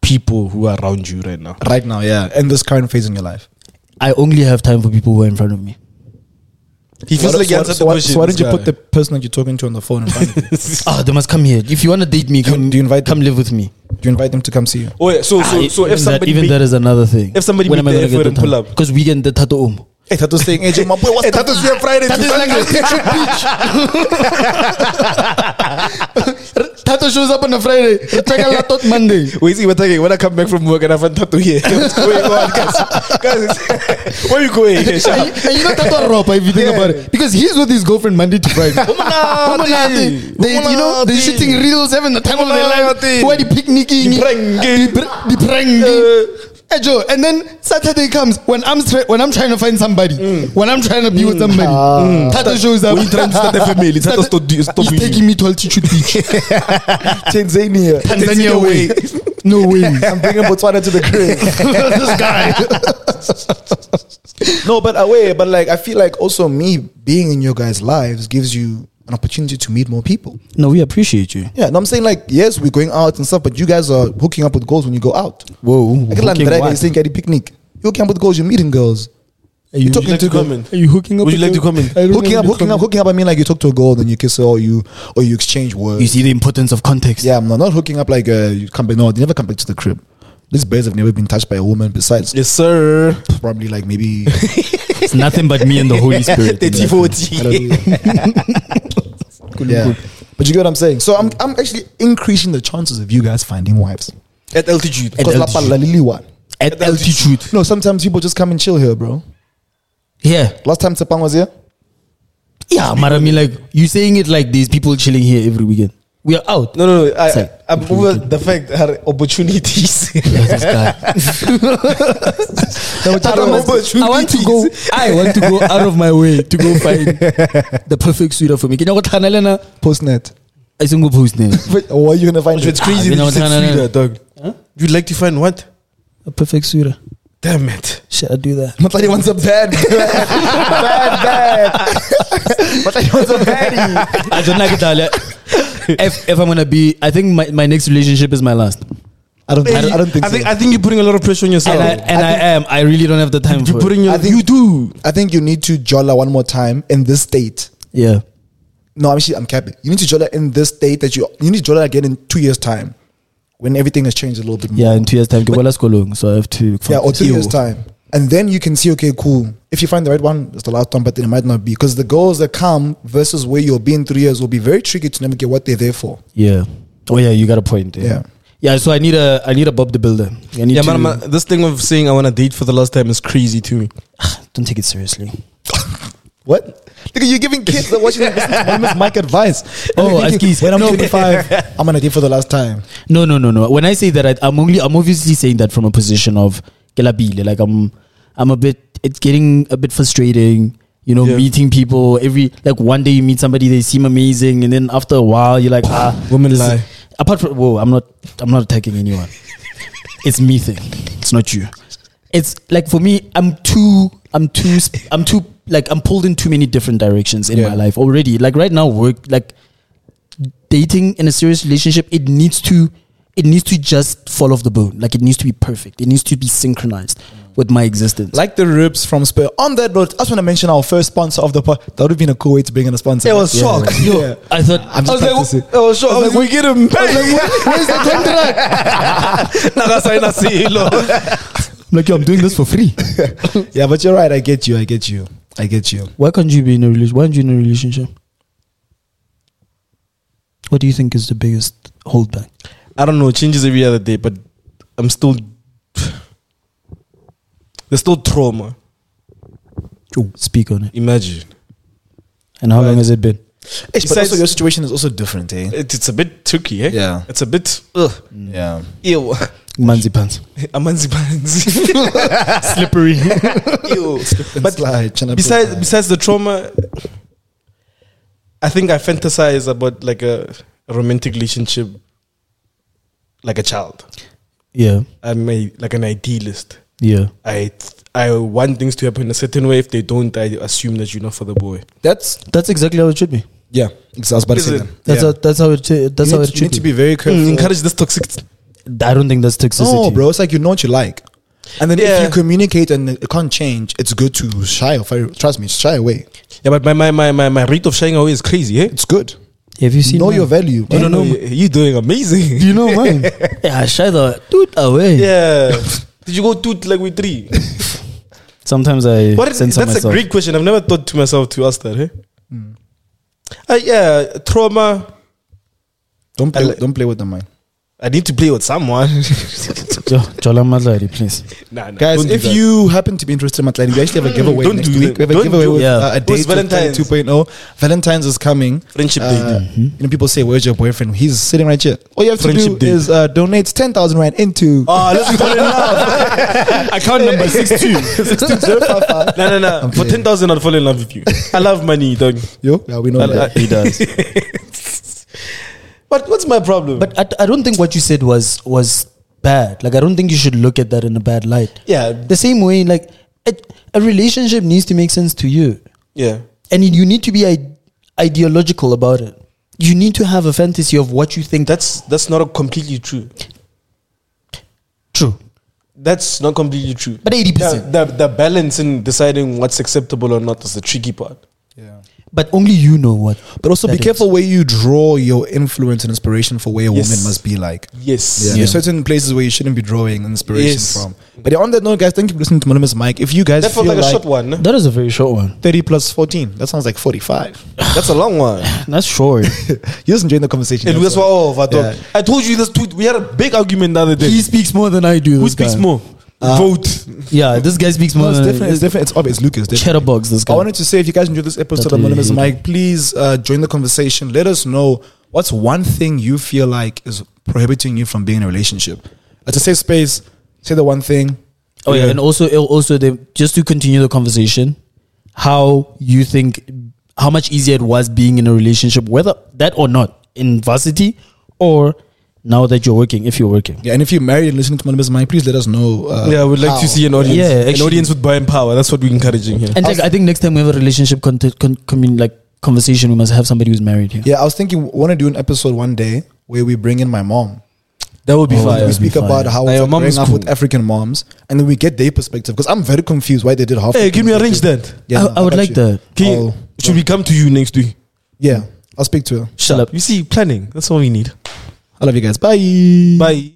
A: people who are around you right now?
B: right now, yeah, in this current phase in your life?
C: I only have time for people who are in front of me.
A: He feels
B: What-
A: like he
B: so-
A: answered
B: so
A: the
B: why-
A: question.
B: So why don't you
A: this
B: put
A: guy.
B: the person that you're talking to on the phone in front of you?
C: Ah, they must come here. If you want to date me, come,
B: do you invite
C: come live with me.
B: Do you invite them to come see you?
A: Oh yeah, so so,
C: Ah,
A: so
C: even
A: if
C: that-
A: somebody
C: even
A: make-
C: that is another thing.
A: if somebody
C: when
A: make the
C: am I gonna
A: effort
C: get the
A: and pull up.
C: time? Because we get the tato um.
B: Hey, Tato's saying, hey, Jim, my boy, what's Tato's here Friday?
C: That is like a bitch. Tato shows up on a Friday. Retrega la tot Monday.
A: Wait, see, we're talking. When I come back from work and I find tattoo here, what's going on, guys? guys where you going? Here,
C: And
A: Sharp?
C: you- and you know Tato Ropa if you think about it. Because he's with his girlfriend Monday to Friday. Umanati. They, you know, they're shooting reels, having the time of their life.
A: Umanati.
C: Who are the picnicking?
A: Diprangi.
C: Dipr-
A: Uh,
C: Diprangi. Hey Joe, and then Saturday comes when I'm tra- when I'm trying to find somebody,
B: Mm.
C: when I'm trying to be with somebody,
B: Ah.
C: Tato shows up.
A: When you trying to start a family, Tato
C: Tato-
A: stop do- stop
C: he's
A: with you.
C: taking me to altitude beach.
B: Tanzania.
C: Tanzania way. No way.
B: I'm bringing Botswana to the crib.
C: this guy.
B: no, but away. But like, I feel like also me being in your guys' lives gives you an opportunity to meet more people.
C: No, we appreciate you.
B: Yeah, no, I'm saying like, yes, we're going out and stuff, but you guys are hooking up with girls when you go out.
C: Whoa.
B: Like, like that is saying at the picnic, you hooking up with girls, you're meeting girls, you're
A: Would you
B: talking
A: like
B: to
A: to
B: girls.
A: comment?
C: you hooking
A: Would you like to comment?
B: Hooking up, hooking up, hooking up. I mean, like you talk to a girl, then you kiss her, or you or you exchange words.
C: You see the importance of context.
B: Yeah, I'm not, not hooking up like uh, you come back. No, they never come back to the crib. These bears have never been touched by a woman besides
A: Yes, sir.
B: probably like maybe
C: It's nothing but me and the Holy Spirit.
A: Thirty
B: I
A: forty.
B: don't know. yeah. But you get what I'm saying. So I'm I'm actually increasing the chances of you guys finding wives
A: at altitude.
B: because la
C: altitude.
B: pala lili wa.
C: At altitude.
B: No, sometimes people just come and chill here, bro.
C: Yeah.
B: Last time Tsepang was here,
C: Yeah, but I mean, like, you saying it like these people chilling here every weekend. We are out.
A: No, no, no. I,
C: Sorry.
A: I'm over the fact that her opportunities.
C: Yeah, this guy. I,
A: Adam
C: want-
A: Opportunities.
C: I want to go. I want to go out of my way to go find the perfect suitor for me. Can you go to Hanalena?
B: postnet.
C: I single post name.
B: But or are you gonna find?
A: It's
B: it?
A: crazy.
C: you
A: that
C: know
A: Ah, you said
C: what, no,
A: Frida,
C: no, no.
A: dog. You'd like to find what?
C: A perfect suitor.
A: Damn it.
C: Should I do that?
B: Matladi wants a bad, bad, bad. Matladi wants a baddie.
C: I don't like it. Dale. If, if I'm gonna be, I think my, my next relationship is my last,
B: I don't, I don't, I don't think
A: I think,
B: so.
A: I think you're putting a lot of pressure on yourself.
C: and I, and I, am. I really don't have the time
A: you're
C: for it.
A: putting your.
B: I think-
A: you do.
B: I think you need to jolla one more time in this state.
C: Yeah,
B: No, I'm actually, I'm capping. You need to jolla in this state that you you need to jolla again in two years time, when everything has changed a little bit more.
C: yeah. In two years' time, ke bola sekolong, so I have to.
B: yeah, or two
C: Ew.
B: years time, and then you can see okay, cool. If you find the right one, it's the last one, but then it might not be because the goals that come versus where you'll be in three years will be very tricky to navigate what they're there for.
C: Yeah. Oh yeah, you got a point.
B: Yeah.
C: Yeah. Yeah. So I need a I need a Bob the Builder. I need
A: Yeah,
C: to,
A: man, man, this thing of saying I want to date for the last time is crazy to me.
C: Don't take it seriously.
B: What? Look, at you giving kids that watching this Miss Mike advice.
C: Oh,
B: Look, thank you.
C: excuse-
B: when I'm
C: no.
B: 25, I'm gonna date for the last time.
C: No, no, no, no. When I say that, I, I'm only I'm obviously saying that from a position of kelabile. Like I'm I'm a bit it's getting a bit frustrating. You know,
A: Yeah.
C: meeting people every like one day you meet somebody they seem amazing, and then after a while you're like ah
A: Women
C: this is-
A: lie.
C: Apart from whoa, I'm not I'm not attacking anyone. it's me thing. It's not you. It's like for me, I'm too I'm too sp- I'm too like I'm pulled in too many different directions in
A: Yeah.
C: my life already. Like right now, work like dating in a serious relationship, it needs to it needs to just fall off the bone. Like it needs to be perfect. It needs to be synchronized with my existence.
B: Like the ribs from Spur. On that note, I just want to mention our first sponsor of the pod. That would have been a cool way to bring in a sponsor.
A: It was
C: Yeah.
A: shocked.
C: Yo,
B: Yeah.
C: I thought
B: I'm just
A: I was
B: practicing.
A: like, I was shocked. I was like, we get him paid.
C: where's the contract?
A: Nagasaina silo.
C: I'm like, yo, I'm doing this for free.
B: yeah, but you're right. I get you. I get you. I get you.
C: Why can't you be in a relationship? Why aren't you in a relationship? What do you think is the biggest holdback?
A: I don't know. It changes every other day, but I'm still. There's still trauma.
C: Speak on it.
A: Imagine.
C: And how long has it been?
B: but
A: Besides-
B: also, your situation is also different, eh?
A: It, it's a bit tricky, eh?
B: Yeah.
A: It's a bit. Ugh.
B: Yeah.
A: Ew.
C: Manzi pants.
A: Amanzi banzi.
C: Slippery.
A: Ew.
B: But
A: But besides besides the trauma, I think I fantasize about like a romantic relationship, like a child.
C: yeah.
A: I'm a, like an idealist.
C: Yeah.
A: I I want things to happen a certain way. If they don't, I assume that you're not for the boy.
B: that's
C: That's exactly how it should be.
B: yeah. Exactly. I was about to say
A: Is it?
B: that.
C: That's
B: yeah.
C: how that's how it that's
B: you
C: how
B: need,
C: it
B: to- you
C: should
B: need
C: be.
B: to be very careful.
A: encourage this toxic
D: I don't think that's toxicity.
B: No, bro. It's like you know what you like. And then
A: Yeah.
B: if you communicate and it can't change, it's good to shy off. Trust me, shy away.
A: Yeah, but my, my, my, my, my rate of shying away is crazy, eh?
B: It's good.
C: Have you seen?
B: know
C: mine?
B: your value.
A: You
B: man.
A: know, you're doing amazing.
D: Do you know mine?
C: Yeah, shy the dude away.
A: yeah. Did you go toot like with three?
D: Sometimes I
A: What is, that's
D: censor myself.
A: a great question. I've never thought to myself to ask that, eh? Uh, yeah, trauma.
B: Don't play.
A: I like-
B: don't play with the mind.
A: I need to play with someone.
D: Jo- Jola Madladi, please.
A: nah, nah,
B: Guys,
A: don't do
B: if
A: that.
B: you happen to be interested in Matlani, we actually have a giveaway
A: Don't
B: next
A: do
B: week.
A: that.
B: We have a
A: Don't
B: giveaway
A: do-
B: with
D: Yeah.
B: uh, a date
A: Who's
B: with Valentine's
A: Valentine's?
B: 2.0. oh. Valentine's is coming.
A: Friendship
B: Uh,
A: day.
B: You know, people say, "Where's your boyfriend?" He's sitting right here. All you have to
A: Friendship
B: do
A: day.
B: is uh, donate ten thousand rand into.
A: Oh, let's fall in love.
D: Account number 62.
B: oh
A: No, no, no. For
B: playing.
A: 10,000, I'll fall in love with you. I love money, dog.
B: Yo, yeah, we know
A: I-
B: that.
A: I-
D: he does.
A: But what's my problem?
C: But I, I don't think what you said was was bad. Like I don't think you should look at that in a bad light.
A: yeah,
C: The same way, like it, a relationship needs to make sense to you,
A: yeah.
C: and you need to be I- ideological about it. You need to have a fantasy of what you think that's
A: That's that's not completely true.
C: true.
A: That's not completely true.
C: But 80%.
A: The, the, the balance in deciding what's acceptable or not is the tricky part.
B: Yeah.
C: But only you know what.
B: But also
C: that
B: be
C: is.
B: careful where you draw your influence and inspiration for where a
A: Yes.
B: woman must be like.
A: Yes.
B: Yeah. There's certain places where you shouldn't be drawing inspiration
A: Yes.
B: from. But on that note, guys, thank you for listening to Monimus Mike. If you guys
A: That felt
B: feel
A: like,
B: like,
A: a short one. no?
D: That is a very short one.
B: 30 plus 14, that sounds like 45.
A: That's a long one.
D: That's short.
B: You're just enjoying the conversation.
A: It was
B: that's all.
A: all over. dog.
B: Yeah.
A: I told you this. Tweet. We had a big argument the other day.
D: he speaks more than I do.
A: Who
D: this
A: speaks
D: guy.
A: more? Vote.
D: Yeah, this guy speaks
B: No,
D: more
B: it's
D: than
B: different. It's different. It's obvious. It's Lucas. Different.
D: Chatterbox, this guy.
B: I wanted to say if you guys enjoyed this episode of
D: Totally
B: Anonymous
D: hate
B: Mike, please uh, join the conversation. Let us know what's one thing you feel like is prohibiting you from being in a relationship. It's a safe space. Say the one thing.
C: Oh yeah,
A: Yeah.
C: and also it'll also the, just to continue the conversation, how you think how much easier it was being in a relationship, whether that or not in varsity or now that you're working, if you're working.
B: Yeah, and if you're married and listening to Anonymous Mike, please let us know. Uh,
A: yeah, we'd like
B: how.
A: to see an audience.
C: Yeah,
A: an
C: actually.
A: audience with buying power. That's what we're encouraging here.
C: And like, I think next time we have a relationship con- con- commun- like conversation, we must have somebody who's married here.
B: Yeah, I was thinking, want to do an episode one day where we bring in my mom.
A: that would be
C: Oh,
A: fire.
B: we
C: that'd
B: speak
C: be fire.
B: about how
A: Now,
B: it's
A: your
B: like
A: mom
B: growing
A: is
B: up with
A: cool.
B: African moms, and then we get their perspective because I'm very confused why they did half.
A: Hey, can we arrange that?
B: Yeah,
C: I-
B: no,
C: I
B: how
C: would
B: about
C: like
B: you?
C: that.
A: Can you-
B: I'll-
A: should we come to you next week?
B: Yeah, I'll speak to her.
A: Shut up. You see, planning. That's all we need.
B: I love you guys. Bye.
A: Bye.